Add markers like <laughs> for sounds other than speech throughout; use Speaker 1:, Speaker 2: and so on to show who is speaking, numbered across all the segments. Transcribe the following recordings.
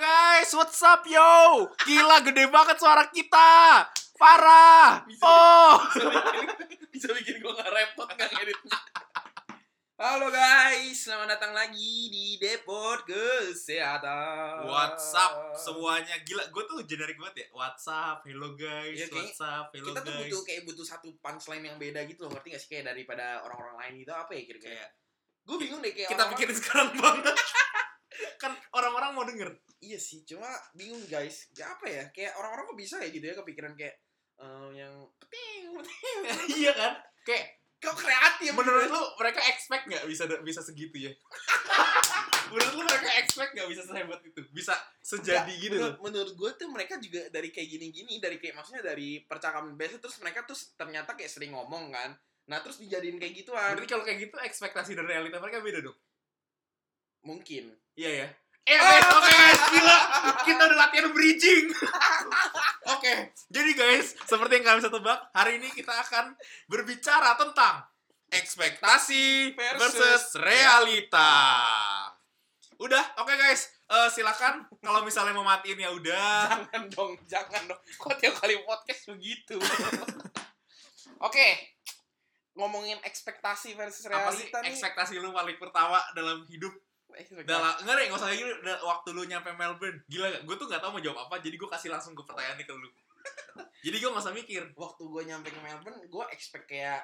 Speaker 1: guys, what's up yo? Gila gede banget suara kita. Parah. Oh.
Speaker 2: bisa bikin bisa bikin gue nggak repot nggak ngeditnya Halo guys, selamat datang lagi di Depot Kesehatan.
Speaker 1: WhatsApp semuanya gila. Gue tuh generik banget ya. WhatsApp, hello guys.
Speaker 2: Iya, kayaknya
Speaker 1: WhatsApp, hello
Speaker 2: Kita tuh
Speaker 1: guys.
Speaker 2: butuh kayak butuh satu punchline yang beda gitu loh, ngerti gak sih kayak daripada orang-orang lain gitu apa ya kira-kira?
Speaker 1: kayak
Speaker 2: Gue bingung deh kayak
Speaker 1: kita
Speaker 2: orang-orang-
Speaker 1: pikirin sekarang
Speaker 2: <laughs>
Speaker 1: banget. kan orang-orang mau denger.
Speaker 2: Iya sih, cuma bingung guys. Ya apa ya? Kayak orang-orang kok bisa ya gitu ya kepikiran kayak eh, yang peting, peting.
Speaker 1: iya kan? Kayak
Speaker 2: Kok kreatif?
Speaker 1: menurut
Speaker 2: gitu.
Speaker 1: lu mereka expect nggak bisa bisa segitu <laughs> ya? menurut lu mereka expect nggak bisa sehebat itu? Bisa sejadi
Speaker 2: Nggak,
Speaker 1: gitu
Speaker 2: menurut,
Speaker 1: loh.
Speaker 2: menurut gue tuh mereka juga dari kayak gini-gini dari kayak maksudnya dari percakapan biasa terus mereka tuh ternyata kayak sering ngomong kan nah terus dijadiin kayak gituan
Speaker 1: Berarti kalau kayak gitu ekspektasi dan realita mereka beda dong.
Speaker 2: mungkin Ah!
Speaker 1: Iya ya. Eh guys, oke guys, gila. Kita udah latihan
Speaker 2: <laughs>
Speaker 1: bridging. oke. Jadi guys, seperti yang kalian bisa tebak, hari ini kita akan berbicara tentang ekspektasi versus,
Speaker 2: Versus
Speaker 1: realita. Udah, oke guys. Eh, silakan kalau misalnya mau matiin ya udah.
Speaker 2: jangan dong jangan dong kok tiap kali podcast
Speaker 1: <laughs>
Speaker 2: begitu oke ngomongin ekspektasi versus
Speaker 1: Apa sih
Speaker 2: realita nih Eh,
Speaker 1: ekspektasi lu paling pertama dalam hidup?
Speaker 2: Ekspektasi.
Speaker 1: Dalam enggak deh, enggak usah gitu. Waktu lu nyampe Melbourne. Gila, gue tuh nggak tahu mau jawab apa, jadi gue kasih langsung ke pertanyaannya ke lu. <laughs> Jadi gue nggak usah mikir.
Speaker 2: waktu gue nyampe ke Melbourne gue expect kayak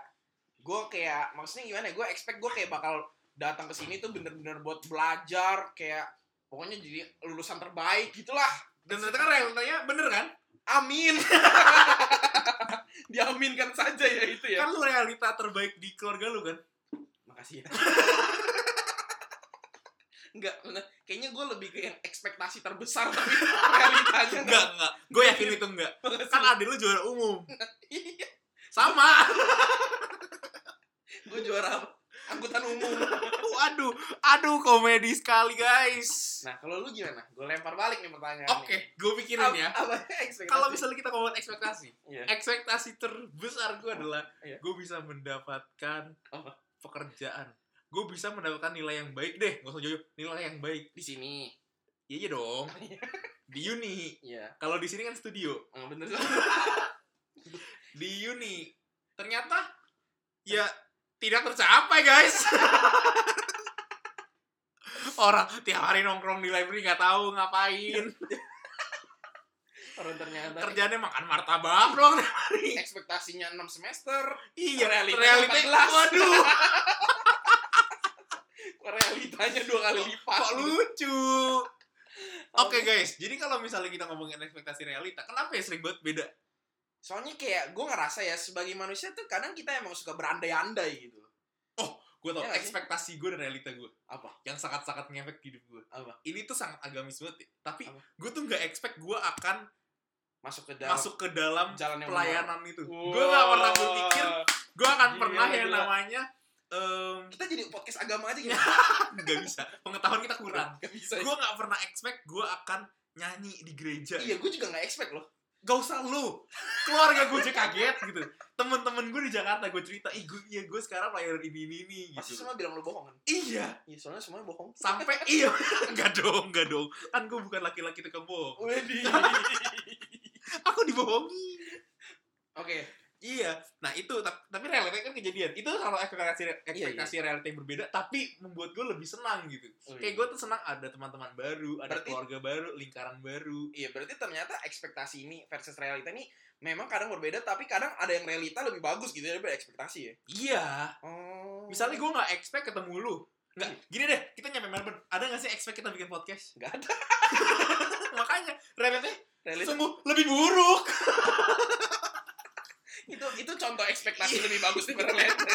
Speaker 2: gue kayak maksudnya gimana gue expect gue kayak bakal datang ke sini tuh bener-bener buat belajar kayak pokoknya jadi lulusan terbaik gitulah
Speaker 1: Dan ternyata kan realitanya bener kan?
Speaker 2: amin <laughs> diaminkan saja ya itu ya
Speaker 1: Kan lu realita terbaik di keluarga lu kan?
Speaker 2: makasih ya <laughs> Enggak, bener. kayaknya gue lebih ke yang ekspektasi terbesar tapi <laughs> realitanya
Speaker 1: Enggak, enggak. Gue yakin itu enggak. Kan adil lu juara umum.
Speaker 2: Iya,
Speaker 1: Sama. <laughs>
Speaker 2: gue juara apa? angkutan umum.
Speaker 1: Waduh, aduh komedi sekali guys.
Speaker 2: Nah, kalau lu gimana? Gue lempar balik nih pertanyaan.
Speaker 1: Oke, gue pikirin ya.
Speaker 2: <laughs>
Speaker 1: Kalau
Speaker 2: Kalau bisa
Speaker 1: misalnya kita ngomongin ekspektasi, ekspektasi terbesar gue adalah
Speaker 2: Iya.
Speaker 1: gue bisa mendapatkan
Speaker 2: Apa?
Speaker 1: pekerjaan. Gue bisa mendapatkan nilai yang baik deh, nggak usah jauh nilai yang baik.
Speaker 2: di sini.
Speaker 1: Iya iya dong.
Speaker 2: Iya.
Speaker 1: Di uni.
Speaker 2: Iya,
Speaker 1: Kalau di sini kan studio.
Speaker 2: nggak bener. <laughs>
Speaker 1: di uni ternyata ya tidak tercapai guys <laughs> orang tiap hari nongkrong di library nggak tahu
Speaker 2: Iya,
Speaker 1: ngapain
Speaker 2: Orang ternyata
Speaker 1: kerjanya makan martabak dong
Speaker 2: ekspektasinya 6 semester,
Speaker 1: iya
Speaker 2: Realita
Speaker 1: realita
Speaker 2: 14.
Speaker 1: waduh
Speaker 2: <laughs> realitanya dua kali lipat. <laughs> gitu.
Speaker 1: kok lucu oke guys jadi kalau misalnya kita ngomongin ekspektasi realita kenapa ya sering banget beda
Speaker 2: Soalnya kayak gue ngerasa ya sebagai manusia tuh kadang kita emang suka berandai-andai gitu.
Speaker 1: gue tau
Speaker 2: Iya nggak sih?
Speaker 1: ekspektasi gue dan realita gue
Speaker 2: Apa?
Speaker 1: yang sangat-sangat ngefek di hidup gue
Speaker 2: Apa?
Speaker 1: ini tuh sangat agamis banget ya. tapi
Speaker 2: Apa?
Speaker 1: gue tuh nggak expect gue akan
Speaker 2: Masuk ke dalam
Speaker 1: masuk ke dalam
Speaker 2: jalan yang
Speaker 1: pelayanan itu.
Speaker 2: benar.
Speaker 1: Gue gak pernah
Speaker 2: Wow.
Speaker 1: berpikir gue akan
Speaker 2: Gila,
Speaker 1: pernah yang
Speaker 2: gila.
Speaker 1: namanya em, <laughs> ah,
Speaker 2: Kita jadi podcast agama <laughs> aja gitu.
Speaker 1: nggak bisa pengetahuan kita kurang.
Speaker 2: Gak bisa. ya.
Speaker 1: Gue gak pernah expect gue akan nyanyi di gereja.
Speaker 2: Iya, gue juga nggak expect loh.
Speaker 1: Gak usah lu, keluarga gue aja kaget gitu. Temen-temen gue di Jakarta gue cerita, ih gue iya gue sekarang pelayanan ini ini ini
Speaker 2: Pasti
Speaker 1: gitu.
Speaker 2: semua bilang lo bohong kan?
Speaker 1: Iya,
Speaker 2: Iya, soalnya semuanya bohong.
Speaker 1: sampai <laughs> iya nggak dong nggak dong kan gue bukan laki-laki tukang bohong
Speaker 2: Wedi.
Speaker 1: aku dibohongi
Speaker 2: Oke,
Speaker 1: Iya, nah itu tap- tapi realitanya kan kejadian. Itu kalau
Speaker 2: Iya,
Speaker 1: ekspektasi ekspektasi realita yang berbeda, tapi membuat gue lebih senang gitu.
Speaker 2: Oh,
Speaker 1: Kayak
Speaker 2: iya.
Speaker 1: gue tuh senang ada teman-teman baru, ada
Speaker 2: Berarti-
Speaker 1: keluarga baru, lingkaran baru.
Speaker 2: Iya, berarti ternyata ekspektasi ini versus realita ini memang kadang berbeda, tapi kadang ada yang realita lebih bagus gitu daripada ekspektasi ya.
Speaker 1: Iya,
Speaker 2: Oh.
Speaker 1: misalnya gue nggak expect ketemu lu. Nggak,
Speaker 2: Iya.
Speaker 1: gini deh, kita nyampe Melbourne. Ada nggak sih expect kita bikin podcast?
Speaker 2: Nggak
Speaker 1: ada.
Speaker 2: <laughs>
Speaker 1: Makanya realitanya
Speaker 2: realita
Speaker 1: sungguh lebih
Speaker 2: <laughs>
Speaker 1: buruk.
Speaker 2: itu itu contoh
Speaker 1: Iya.
Speaker 2: ekspektasi lebih
Speaker 1: <laughs>
Speaker 2: bagus daripada realita.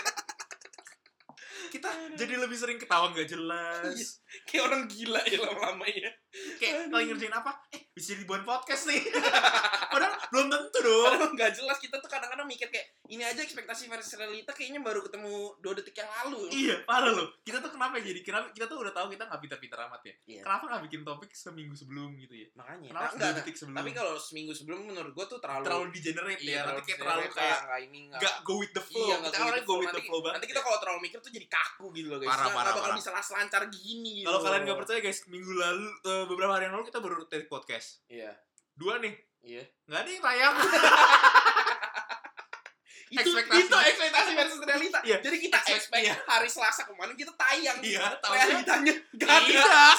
Speaker 1: Kita jadi lebih sering ketawa nggak
Speaker 2: Iya.
Speaker 1: jelas.
Speaker 2: Kayak orang gila ya lama-lama ya.
Speaker 1: Kayak lagi ngerjain apa? Eh, bisa jadi buat podcast nih. <laughs> Padahal belum tentu dong. Oh.
Speaker 2: Padahal nggak jelas kita tuh kadang-kadang mikir kayak ini aja ekspektasi versus realita kayaknya baru ketemu 2 detik yang lalu.
Speaker 1: Iya, parah loh. Kita tuh kenapa ya jadi kira kita tuh udah tahu kita nggak pintar-pintar amat ya.
Speaker 2: Iya.
Speaker 1: Kenapa nggak bikin topik seminggu sebelum gitu ya?
Speaker 2: Makanya.
Speaker 1: Kenapa
Speaker 2: Nah, enggak,
Speaker 1: dua detik sebelum?
Speaker 2: Tapi kalau seminggu sebelum menurut gua tuh terlalu iya,
Speaker 1: terlalu di generate ya. Nanti kayak terlalu kayak
Speaker 2: nggak ini nggak-
Speaker 1: nggak go with the flow.
Speaker 2: Iya, nggak
Speaker 1: kita orangnya go with
Speaker 2: nanti,
Speaker 1: the flow banget.
Speaker 2: Nanti kita kalau terlalu mikir tuh jadi kaku gitu loh guys.
Speaker 1: Parah,
Speaker 2: Nggak-
Speaker 1: parah,
Speaker 2: nggak bakal
Speaker 1: parah.
Speaker 2: bisa las lancar gini gitu.
Speaker 1: Kalau kalian nggak
Speaker 2: loh.
Speaker 1: percaya guys, minggu lalu eh, beberapa hari yang lalu kita baru take podcast.
Speaker 2: Iya.
Speaker 1: Dua nih,
Speaker 2: Iya.
Speaker 1: nggak ada yang
Speaker 2: <laughs>
Speaker 1: tayang.
Speaker 2: Itu
Speaker 1: Ekspektasi.
Speaker 2: itu ekspektasi versus realita.
Speaker 1: Iya.
Speaker 2: Jadi kita
Speaker 1: Ekspek-
Speaker 2: expect
Speaker 1: iya.
Speaker 2: hari Selasa kemarin kita tayang.
Speaker 1: Iya, tahu.
Speaker 2: Realitanya nggak ada.
Speaker 1: Tidak.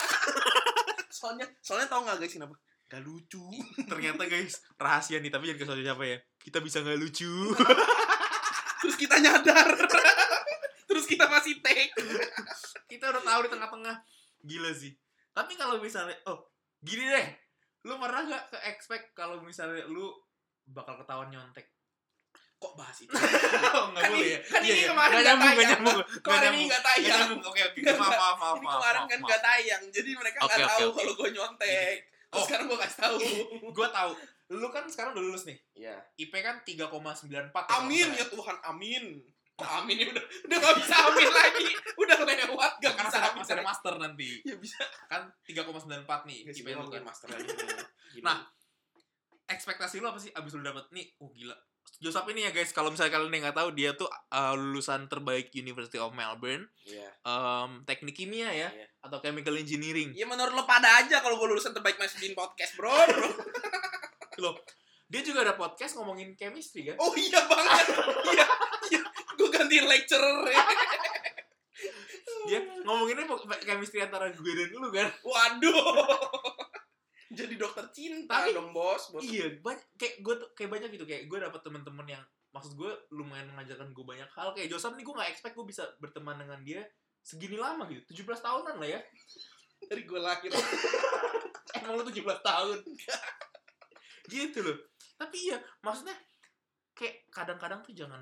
Speaker 2: Soalnya soalnya tau nggak guys kenapa? Gak lucu.
Speaker 1: Ternyata guys, rahasia nih tapi jangan kasih tau siapa ya. Kita bisa nggak
Speaker 2: <laughs>
Speaker 1: lucu.
Speaker 2: Terus kita nyadar. <laughs> Terus kita masih take.
Speaker 1: kita udah tahu di tengah-tengah. Gila sih. Tapi kalau misalnya oh, gini deh. Lu pernah nggak ke expect kalau misalnya lu bakal ketahuan nyontek? <laughs> Oh,
Speaker 2: Kok bahas itu?
Speaker 1: Enggak
Speaker 2: Kan ini- kan ini kemarin
Speaker 1: Gak
Speaker 2: nggak
Speaker 1: nyambung, ya. Iya, nggak nyambung.
Speaker 2: tayang.
Speaker 1: Nggak
Speaker 2: Kemarin
Speaker 1: nyambung.
Speaker 2: ini nggak
Speaker 1: Nggak
Speaker 2: tayang.
Speaker 1: nyambung. Oke, oke. Maaf, maaf, maaf.
Speaker 2: Jadi
Speaker 1: maaf,
Speaker 2: kemarin
Speaker 1: maaf,
Speaker 2: kan
Speaker 1: maaf.
Speaker 2: nggak tayang. Jadi mereka nggak
Speaker 1: Oke, oke,
Speaker 2: tahu
Speaker 1: oke.
Speaker 2: kalau gue nyontek. Terus
Speaker 1: Oh.
Speaker 2: sekarang gue kasih <laughs> tahu.
Speaker 1: gue tahu lu kan sekarang udah lulus nih
Speaker 2: Iya.
Speaker 1: IP kan 3,94 ya, kalau
Speaker 2: Amin
Speaker 1: nggak
Speaker 2: ya Tuhan, amin. Kok amin ya udah udah nggak bisa amin lagi. Udah lewat
Speaker 1: salah.
Speaker 2: gak
Speaker 1: karena
Speaker 2: ya bisa
Speaker 1: saya
Speaker 2: amin.
Speaker 1: masih ada master nanti
Speaker 2: Ya bisa.
Speaker 1: kan 3,94 nih IP lu kan
Speaker 2: master <laughs>
Speaker 1: Nah, ekspektasi lu apa sih abis lu dapet nih oh gila Joseph ini ya guys kalau misalnya kalian yang nggak tahu dia tuh uh, lulusan terbaik University of Melbourne
Speaker 2: Iya.
Speaker 1: um, teknik kimia ya
Speaker 2: Iya.
Speaker 1: atau chemical engineering
Speaker 2: Ya menurut lo pada aja kalau gue lulusan terbaik masih di podcast <laughs> bro, bro.
Speaker 1: dia juga ada podcast ngomongin chemistry kan
Speaker 2: Oh iya banget. Iya. iya. Gue gantiin lecturer ya.
Speaker 1: dia
Speaker 2: Oh, iya.
Speaker 1: ngomonginnya po- chemistry antara gue dan lu kan
Speaker 2: Waduh. Jadi dokter cinta
Speaker 1: Tapi-
Speaker 2: dong bos, bos.
Speaker 1: Iya, banyak kayak gue tuh kayak banyak gitu kayak gue dapet teman-teman yang maksud gue lumayan mengajarkan gue banyak hal kayak Joseph nih gue nggak expect gue bisa berteman dengan dia segini lama gitu 17 tahunan lah ya
Speaker 2: Dari gue lahir.
Speaker 1: emang lu 17 tahun gitu loh tapi iya maksudnya kayak kadang-kadang tuh jangan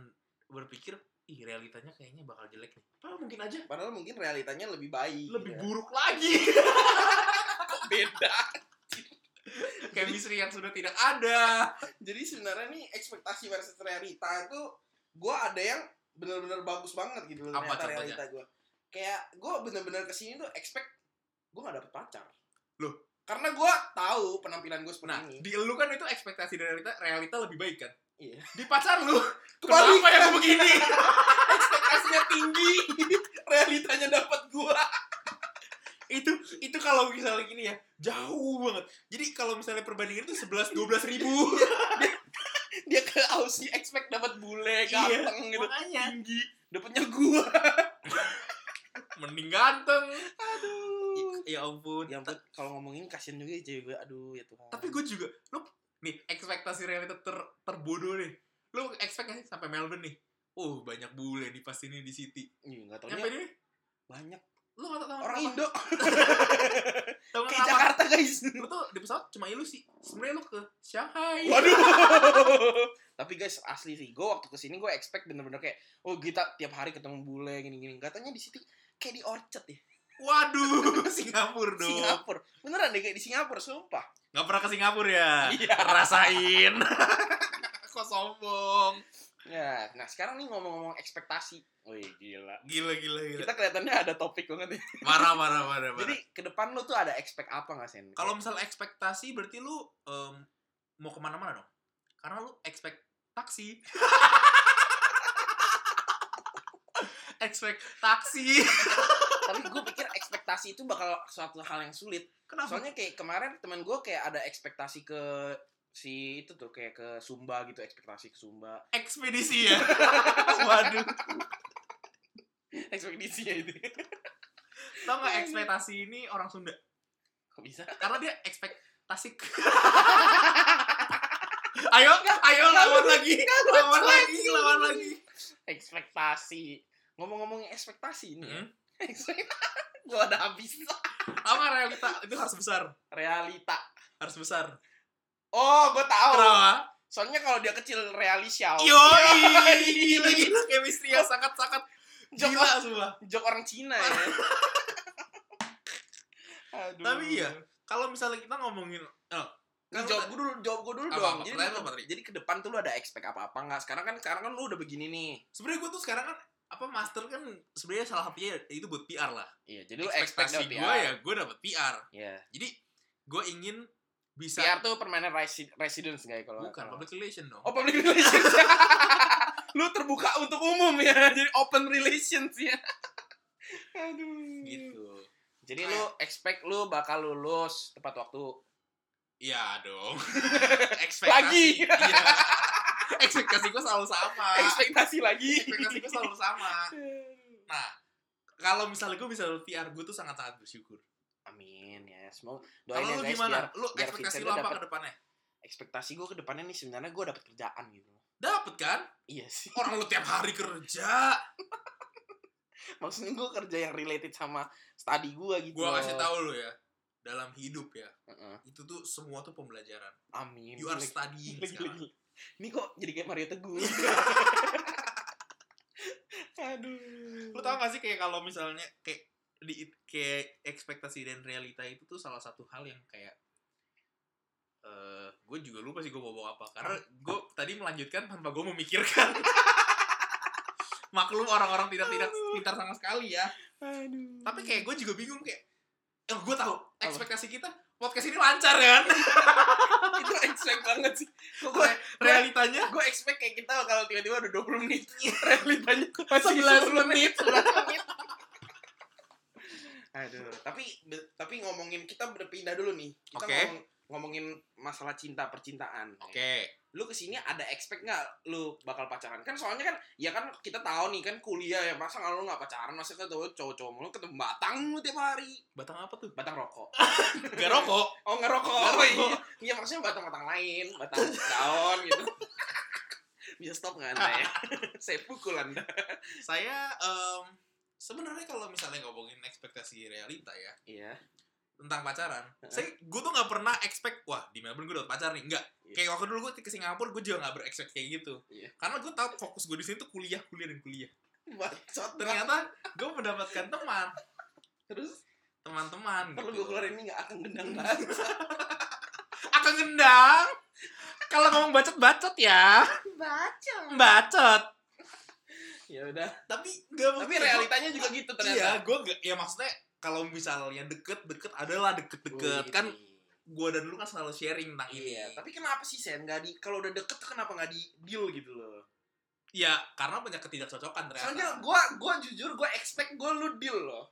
Speaker 1: berpikir ih realitanya kayaknya bakal jelek nih padahal mungkin aja
Speaker 2: Padahal mungkin realitanya lebih baik.
Speaker 1: lebih
Speaker 2: ya.
Speaker 1: buruk lagi
Speaker 2: Kok beda.
Speaker 1: chemistry yang sudah tidak ada
Speaker 2: Jadi sebenarnya nih ekspektasi versus realita itu gue ada yang bener-bener bagus banget gitu loh
Speaker 1: Apa
Speaker 2: ternyata
Speaker 1: contohnya?
Speaker 2: realita gue. Kayak gue bener-bener kesini tuh expect gue gak dapet pacar.
Speaker 1: Loh?
Speaker 2: Karena gue tahu penampilan gue seperti
Speaker 1: nah
Speaker 2: ini.
Speaker 1: di lu kan itu ekspektasi dari realita realita lebih baik kan
Speaker 2: Iya.
Speaker 1: di pacar lu
Speaker 2: Kebalikan.
Speaker 1: kenapa ya yang begini
Speaker 2: <laughs> ekspektasinya tinggi, realitanya dapat gue.
Speaker 1: itu itu kalau misalnya gini ya jauh banget jadi kalau misalnya perbandingan itu 11 12 <laughs> ribu
Speaker 2: Dia ke Aussie expect dapat bule
Speaker 1: Iya.
Speaker 2: ganteng gitu.
Speaker 1: makanya
Speaker 2: Tinggi, dapetnya gue.
Speaker 1: mending ganteng
Speaker 2: Aduh.
Speaker 1: ya ampun
Speaker 2: Ya ampun, kalau ngomongin kasihan juga ya cewek gue. Aduh ya Tuhan.
Speaker 1: tapi gue juga lu nih ekspektasi realita ter terbodoh nih lu expect nggak sih sampai Melbourne nih oh banyak bule nih pasti nih di city
Speaker 2: Ih, nggak taunya
Speaker 1: nyampe nih
Speaker 2: banyak
Speaker 1: lu nggak tahu
Speaker 2: orang
Speaker 1: kenapa.
Speaker 2: Indo
Speaker 1: tahu
Speaker 2: kayak
Speaker 1: kenapa
Speaker 2: Jakarta guys.
Speaker 1: lu tuh di pesawat cuma ilusi sebenarnya lu ke Shanghai
Speaker 2: Waduh. Iya. <laughs> Tapi guys asli sih, gue waktu kesini gue expect bener-bener kayak oh kita tiap hari ketemu bule gini-gini. Katanya di situ kayak di Orchard ya,
Speaker 1: waduh <laughs> Singapura dong
Speaker 2: Singapura. Beneran deh kayak di Singapura, sumpah.
Speaker 1: nggak pernah ke Singapura ya
Speaker 2: Iya.
Speaker 1: rasain <laughs> kok sombong
Speaker 2: Ya, nah sekarang nih ngomong-ngomong ekspektasi. Wih gila.
Speaker 1: gila gila gila
Speaker 2: Kita kelihatannya ada topik banget ya.
Speaker 1: marah marah marah marah
Speaker 2: Jadi ke depan lu tuh ada expect apa nggak Sen?
Speaker 1: kalau misal ekspektasi berarti lu em, mau kemana-mana dong karena lu expect <laughs> taksi expect taksi
Speaker 2: tapi gue pikir ekspektasi itu bakal suatu hal yang sulit.
Speaker 1: kenapa
Speaker 2: Soalnya kayak kemarin teman gue kayak ada ekspektasi ke si itu tuh kayak ke Sumba gitu ekspektasi ke Sumba <laughs>
Speaker 1: ekspedisi ya <laughs> waduh
Speaker 2: ekspedisi ya itu
Speaker 1: tau gak ekspektasi ini orang Sunda
Speaker 2: kok bisa <laughs>
Speaker 1: karena dia expect tasik <laughs> ayo ayo lawan lagi lawan lagi lawan lagi
Speaker 2: ekspektasi ngomong-ngomong ekspektasi ini <laughs> ya
Speaker 1: hmm?
Speaker 2: gue ada habis <laughs>
Speaker 1: tau gak realita itu harus besar
Speaker 2: realita
Speaker 1: harus besar
Speaker 2: oh gue tahu
Speaker 1: kenapa
Speaker 2: soalnya kalau dia kecil realisial
Speaker 1: Iya.
Speaker 2: <laughs>
Speaker 1: yoi gila gila chemistry yang sangat sangat
Speaker 2: jok,
Speaker 1: gila semua
Speaker 2: jok orang Cina
Speaker 1: <laughs>
Speaker 2: ya Aduh.
Speaker 1: iya, Tapi iya. kalau misalnya kita ngomongin eh, Kan lu-
Speaker 2: jawab gue dulu, jawab gue dulu
Speaker 1: Apa,
Speaker 2: dong.
Speaker 1: apa?
Speaker 2: Jadi,
Speaker 1: Pertanyaan
Speaker 2: lu-
Speaker 1: apa tadi?
Speaker 2: jadi ke depan tuh lu ada expect apa-apa nggak? Sekarang kan sekarang kan lu udah begini nih.
Speaker 1: sebenarnya gue tuh sekarang kan apa master kan sebenarnya salah satunya itu buat PR lah.
Speaker 2: Iya, jadi lu expect
Speaker 1: Ekspektasi
Speaker 2: dapet
Speaker 1: gue ya gue dapat PR.
Speaker 2: Iya.
Speaker 1: Jadi gue ingin bisa
Speaker 2: PR tuh permanent resi- residence nggak ya kalau
Speaker 1: bukan
Speaker 2: kalau-
Speaker 1: public relation dong.
Speaker 2: Oh, public relations.
Speaker 1: <laughs>
Speaker 2: lu terbuka untuk umum ya. Jadi open relations ya. Aduh.
Speaker 1: Gitu.
Speaker 2: Jadi lu expect lu bakal lulus tepat waktu.
Speaker 1: Iya dong.
Speaker 2: <laughs> Lagi.
Speaker 1: Ekspektasi. Iya. Ekspektasi gue selalu sama.
Speaker 2: Ekspektasi lagi.
Speaker 1: Ekspektasi gue <laughs> selalu sama. Nah, kalau misalnya gue bisa PR gue tuh sangat-sangat bersyukur.
Speaker 2: Amin ya. Semoga
Speaker 1: Kalau
Speaker 2: doain ya
Speaker 1: lu
Speaker 2: guys
Speaker 1: gimana?
Speaker 2: biar
Speaker 1: lu
Speaker 2: biar
Speaker 1: ekspektasi lu
Speaker 2: Vincent tuh
Speaker 1: apa
Speaker 2: dapet-
Speaker 1: ke depannya?
Speaker 2: ekspektasi gue ke depannya nih sebenarnya gue dapet kerjaan gitu.
Speaker 1: Dapat kan?
Speaker 2: Iya sih. <laughs>
Speaker 1: Orang lu tiap hari kerja.
Speaker 2: Maksudnya gue kerja yang related sama study gue gitu.
Speaker 1: Gue kasih
Speaker 2: loh.
Speaker 1: tahu lu ya. Dalam hidup ya,
Speaker 2: Heeh.
Speaker 1: itu tuh semua tuh pembelajaran.
Speaker 2: Amin.
Speaker 1: You are
Speaker 2: Gila,
Speaker 1: studying
Speaker 2: gila, gila,
Speaker 1: sekarang.
Speaker 2: gila. Ini kok jadi kayak Mario Teguh. <laughs> Aduh.
Speaker 1: Lu tau gak sih kayak kalau misalnya kayak di kayak ekspektasi dan realita itu tuh salah satu hal yang kayak eh gue juga lupa sih gue bawa apa karena gue tadi melanjutkan tanpa gue <laughs> memikirkan maklum orang-orang tidak tidak
Speaker 2: Aduh.
Speaker 1: pintar sama sekali ya
Speaker 2: Aduh.
Speaker 1: tapi kayak gue juga bingung kayak eh gue tahu
Speaker 2: Apa?
Speaker 1: ekspektasi kita podcast ini lancar <laughs> kan
Speaker 2: <laughs> itu expect banget sih. Kok gue
Speaker 1: Re- realitanya
Speaker 2: gue expect kayak kita kalau tiba-tiba udah 20 menit realitanya masih 11 Iya. <laughs> menit 11 menit aduh tapi tapi ngomongin kita berpindah dulu nih kita
Speaker 1: Oke.
Speaker 2: ngomong- ngomongin masalah cinta percintaan
Speaker 1: oke
Speaker 2: lu kesini ada expect nggak lu bakal pacaran kan soalnya kan ya kan kita tahu nih kan kuliah ya masa nggak lu nggak pacaran masa ketemu cowok-cowok mulu ketemu batang lu tiap hari
Speaker 1: batang apa tuh
Speaker 2: batang rokok
Speaker 1: <laughs> gak rokok
Speaker 2: oh ngerokok
Speaker 1: Ngerokok.
Speaker 2: iya. iya maksudnya batang-batang lain batang daun gitu <laughs> bisa stop nggak anda ya <laughs> saya pukul anda
Speaker 1: saya em, sebenarnya kalau misalnya ngomongin ekspektasi realita ya
Speaker 2: iya
Speaker 1: tentang pacaran
Speaker 2: Heeh.
Speaker 1: saya gue tuh nggak pernah expect wah di Melbourne gue dapet pacar nih enggak
Speaker 2: Iya.
Speaker 1: kayak waktu dulu gue ke Singapura gue juga nggak berexpect kayak gitu
Speaker 2: Iya.
Speaker 1: karena gue tahu fokus gue di sini tuh kuliah kuliah dan kuliah
Speaker 2: bacot ternyata
Speaker 1: ternyata gue mendapatkan teman
Speaker 2: terus
Speaker 1: teman-teman
Speaker 2: perlu
Speaker 1: gitu.
Speaker 2: gue keluarin ini nggak akan gendang banget
Speaker 1: akan ngendang kalau ngomong bacot bacot ya
Speaker 2: baca
Speaker 1: bacot
Speaker 2: ya udah
Speaker 1: tapi nggak
Speaker 2: tapi
Speaker 1: maksudnya-
Speaker 2: realitanya juga gitu
Speaker 1: iya
Speaker 2: ternyata
Speaker 1: gue ya maksudnya kalau misalnya deket deket adalah deket deket kan gue dan lu kan selalu sharing tentang ini
Speaker 2: Oh, iya tapi kenapa sih sen nggak di kalau udah deket tuh kenapa nggak di deal gitu loh
Speaker 1: ya karena banyak ketidakcocokan ternyata
Speaker 2: soalnya gue gue jujur gue expect gue lu deal loh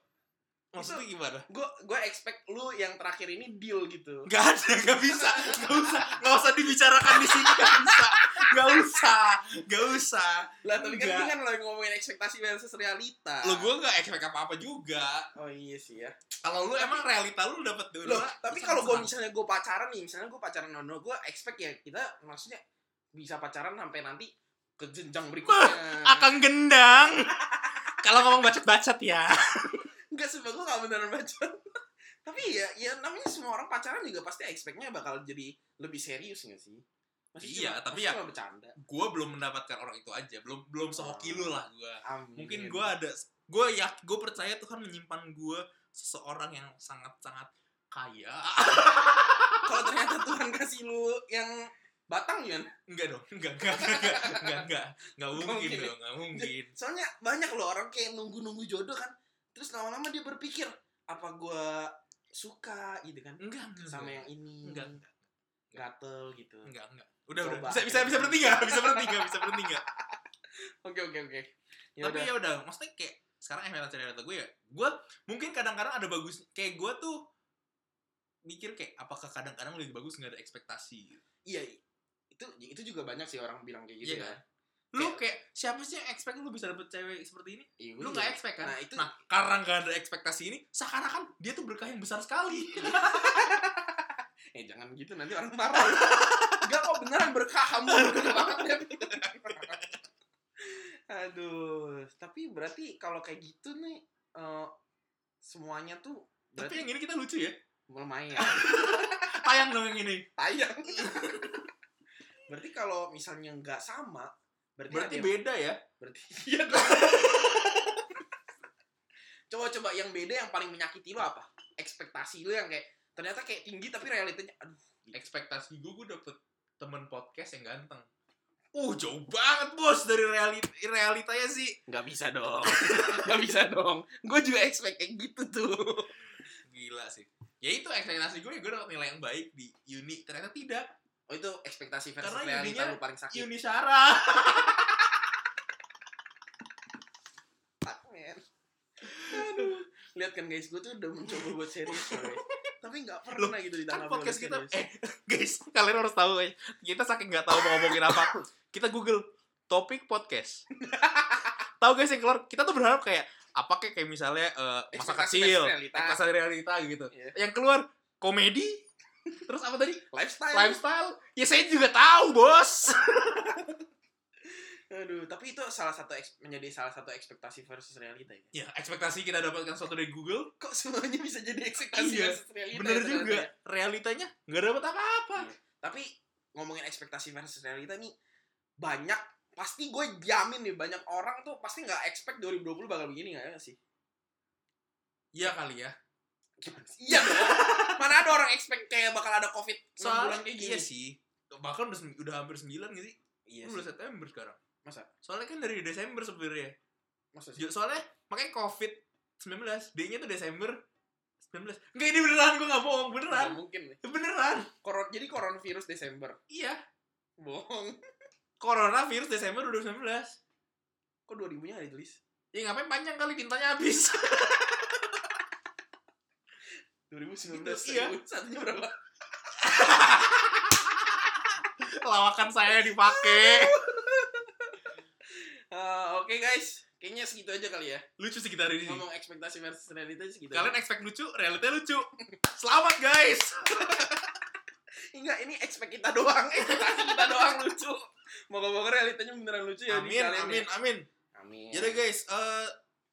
Speaker 1: maksudnya gimana
Speaker 2: gue gue expect lu yang terakhir ini deal gitu
Speaker 1: Gak ada, gak bisa, gak usah, gak usah dibicarakan di sini, gak usah, gak usah, gak usah.
Speaker 2: lah tapi kan
Speaker 1: Enggak.
Speaker 2: ini kan lo yang ngomongin ekspektasi versus realita
Speaker 1: Lo gue gak expect apa-apa juga.
Speaker 2: oh iya sih ya
Speaker 1: Kalau lu emang realita lu dapet dulu.
Speaker 2: Loh, tapi kalau gue misalnya gue pacaran nih misalnya gue pacaran nono gue expect ya kita maksudnya bisa pacaran sampai nanti ke jenjang
Speaker 1: <laughs>
Speaker 2: berikutnya
Speaker 1: Akang gendang. kalau ngomong bacot-bacot ya.
Speaker 2: enggak sih gue gak beneran baca <laughs> tapi ya ya namanya semua orang pacaran juga pasti expectnya bakal jadi lebih serius gak sih
Speaker 1: Iya,
Speaker 2: cuma-
Speaker 1: tapi
Speaker 2: masih
Speaker 1: ya-
Speaker 2: cuma bercanda
Speaker 1: Gue belum mendapatkan orang itu aja, belum belum sehoki lu lah gue.
Speaker 2: Amin.
Speaker 1: Mungkin gue ada, gue ya, gue percaya Tuhan menyimpan gue seseorang yang sangat-sangat kaya. <laughs>
Speaker 2: kalau ternyata Tuhan kasih lu yang batang ya
Speaker 1: Enggak dong, enggak, enggak, enggak, enggak, enggak, enggak mungkin
Speaker 2: mungkin ya.
Speaker 1: dong, enggak mungkin.
Speaker 2: soalnya banyak loh orang kayak nunggu-nunggu jodoh kan terus lama-lama dia berpikir apa gua suka gitu kan
Speaker 1: Enggak, enggak.
Speaker 2: sama
Speaker 1: enggak.
Speaker 2: yang ini
Speaker 1: Enggak, enggak.
Speaker 2: gatel gitu
Speaker 1: Enggak, enggak. Udah,
Speaker 2: Coba.
Speaker 1: udah. Bisa bisa bisa berhenti nggak? Bisa berhenti nggak? Bisa berhenti nggak?
Speaker 2: oke oke oke ya
Speaker 1: Tapi
Speaker 2: udah
Speaker 1: ya udah, maksudnya kayak sekarang ekspektasi realita gue ya, gue mungkin kadang-kadang ada bagus kayak gue tuh mikir kayak apakah kadang-kadang lebih bagus nggak ada ekspektasi gitu.
Speaker 2: iya itu itu juga banyak sih orang bilang kayak gitu
Speaker 1: Iya
Speaker 2: ya
Speaker 1: kan? Lu kayak siapa sih yang expect lu bisa dapet cewek seperti ini?
Speaker 2: Iya,
Speaker 1: Lu
Speaker 2: gua juga.
Speaker 1: nggak expect kan?
Speaker 2: Nah, itu-
Speaker 1: karena nggak ada ekspektasi ini, seakan-akan dia tuh berkah yang besar sekali. <laughs>
Speaker 2: eh jangan gitu nanti orang marah <laughs> enggak kok beneran berkah kamu Berkah banget ya. <laughs> aduh tapi berarti kalau kayak gitu nih eh, semuanya tuh
Speaker 1: Tapi
Speaker 2: berarti
Speaker 1: yang ini kita lucu ya.
Speaker 2: lumayan
Speaker 1: Tayang dong yang ini.
Speaker 2: tayang <laughs> berarti kalau misalnya nggak sama berarti,
Speaker 1: Berarti
Speaker 2: ada-
Speaker 1: beda ya.
Speaker 2: berarti iya dong. <laughs> coba coba yang beda yang paling menyakiti lo apa ekspektasi lo yang kayak ternyata kayak tinggi tapi realitanya aduh
Speaker 1: ekspektasi gue gue dapet temen podcast yang ganteng uh jauh banget bos dari realita realitanya sih
Speaker 3: Nggak bisa dong. <laughs> Nggak bisa dong. Gue juga expect kayak gitu tuh.
Speaker 1: gila sih ya itu ekspektasi gue gue dapet nilai yang baik di uni ternyata tidak
Speaker 2: Oh itu ekspektasi versus
Speaker 1: Karena
Speaker 2: realita
Speaker 1: ininya-
Speaker 2: lu paling sakit.
Speaker 1: uni Sarah
Speaker 2: Fuck, man. Aduh. Lihat kan guys, gue tuh udah mencoba buat serius coy. Tapi nggak pernah gitu
Speaker 1: kan
Speaker 2: ditanggapi
Speaker 1: podcast
Speaker 2: oleh
Speaker 1: kita
Speaker 2: serius.
Speaker 1: eh <laughs> guys kalian harus tahu guys kita saking nggak tahu mau ngomongin apa kita google topik podcast <laughs> tahu guys yang keluar kita tuh berharap kayak apa kayak kayak misalnya eh, masa
Speaker 2: Ekspektasi
Speaker 1: kecil
Speaker 2: versus realita.
Speaker 1: ekspektasi realita gitu
Speaker 2: Iya.
Speaker 1: yang keluar komedi <laughs> terus apa tadi
Speaker 2: lifestyle.
Speaker 1: lifestyle ya saya juga tahu bos
Speaker 2: Aduh, tapi itu salah satu eks- menjadi salah satu ekspektasi versus realita ya.
Speaker 1: ya ekspektasi kita dapatkan sesuatu dari Google
Speaker 2: Kok semuanya bisa jadi ekspektasi
Speaker 1: Iya,
Speaker 2: versus realita?
Speaker 1: bener Iya.
Speaker 2: ya ternyata
Speaker 1: juga
Speaker 2: ya?
Speaker 1: realitanya nggak dapat apa-apa
Speaker 2: Tapi ngomongin ekspektasi versus realita nih banyak pasti gue jamin nih banyak orang tuh pasti nggak expect 2020 bakal begini nggak ya sih?
Speaker 1: iya kali ya
Speaker 2: Gimana sih? Iya dong. Mana ada orang expect kayak bakal ada covid enam bulan
Speaker 1: soalnya
Speaker 2: kayak gini?
Speaker 1: iya sih bahkan udah, sem- udah hampir 9 gak sih
Speaker 2: Iya
Speaker 1: Ini
Speaker 2: sih.
Speaker 1: udah September sekarang.
Speaker 2: Masa?
Speaker 1: Soalnya kan dari Desember sebenarnya.
Speaker 2: Masa sih?
Speaker 1: Jo- Soalnya makanya Covid 19, D-nya tuh Desember 19. Enggak ini beneran gue gak bohong, beneran.
Speaker 2: Nggak mungkin nih.
Speaker 1: Beneran.
Speaker 2: Koron, jadi coronavirus Desember.
Speaker 1: Iya,
Speaker 2: Bohong.
Speaker 1: coronavirus Desember 2019.
Speaker 2: Kok 2000-nya nggak ditulis?
Speaker 1: Ya ngapain panjang kali tintanya habis. <laughs>
Speaker 2: 2019
Speaker 1: Itu, iya.
Speaker 2: seribu. Satunya berapa?
Speaker 1: Lawakan saya dipakai.
Speaker 2: Ah, Oke guys, kayaknya segitu aja kali ya.
Speaker 1: Lucu sih kita hari ini.
Speaker 2: Ngomong ekspektasi versus realita segitu.
Speaker 1: Kalian
Speaker 2: aja.
Speaker 1: expect lucu, realitanya lucu. Selamat guys.
Speaker 2: enggak ini expect kita doang, ekspektasi kita doang lucu. Moga-moga realitanya beneran lucu ya. di
Speaker 1: Amin,
Speaker 2: kalian
Speaker 1: amin,
Speaker 2: ya.
Speaker 1: amin.
Speaker 2: Amin.
Speaker 1: Jadi guys, eh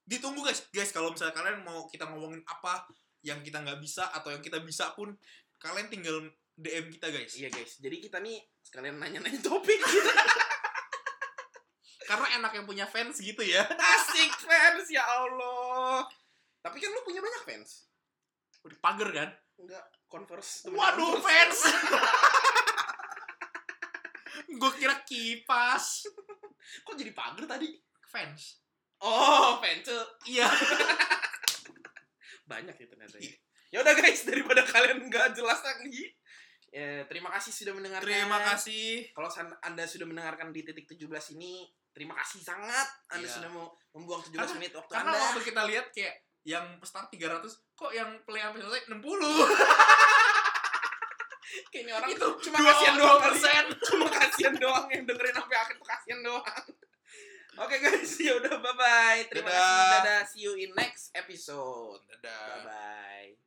Speaker 1: ditunggu guys, guys kalau misalnya kalian mau kita ngomongin apa yang kita nggak bisa atau yang kita bisa pun, kalian tinggal DM kita guys.
Speaker 2: Iya guys, jadi kita nih sekalian nanya-nanya topik gitu. <laughs>
Speaker 1: Karena enak yang punya fans gitu ya.
Speaker 2: Asik fans ya Allah. Tapi kan lu punya banyak fans.
Speaker 1: Udah pager kan?
Speaker 2: Enggak, Converse. temen
Speaker 1: Waduh
Speaker 2: Converse.
Speaker 1: fans. <laughs> Gue kira kipas
Speaker 2: <laughs> Kok jadi pagar tadi?
Speaker 1: fans.
Speaker 2: Oh, fans tuh
Speaker 1: Iya.
Speaker 2: banyak ya ternyata ya. Ya udah guys, daripada kalian nggak jelas lagi. Ya, terima kasih sudah mendengarkan.
Speaker 1: Terima kasih.
Speaker 2: Kalau san- Anda sudah mendengarkan di titik 17 ini, terima kasih sangat. Anda
Speaker 1: Iya.
Speaker 2: sudah mau membuang 17
Speaker 1: Karena-
Speaker 2: menit waktu
Speaker 1: Karena
Speaker 2: Anda.
Speaker 1: waktu kita lihat kayak yang start 300 kok yang play sampai selesai 60
Speaker 2: Kayak ini orang
Speaker 1: itu
Speaker 2: cuma kasihan doang
Speaker 1: persen
Speaker 2: Cuma kasihan doang yang dengerin sampai akhir tuh kasihan doang. <laughs> Oke guys, ya udah bye bye. Terima kasih.
Speaker 1: Dadah.
Speaker 2: Dadah. See you in next episode. Bye
Speaker 1: dadah
Speaker 2: bye.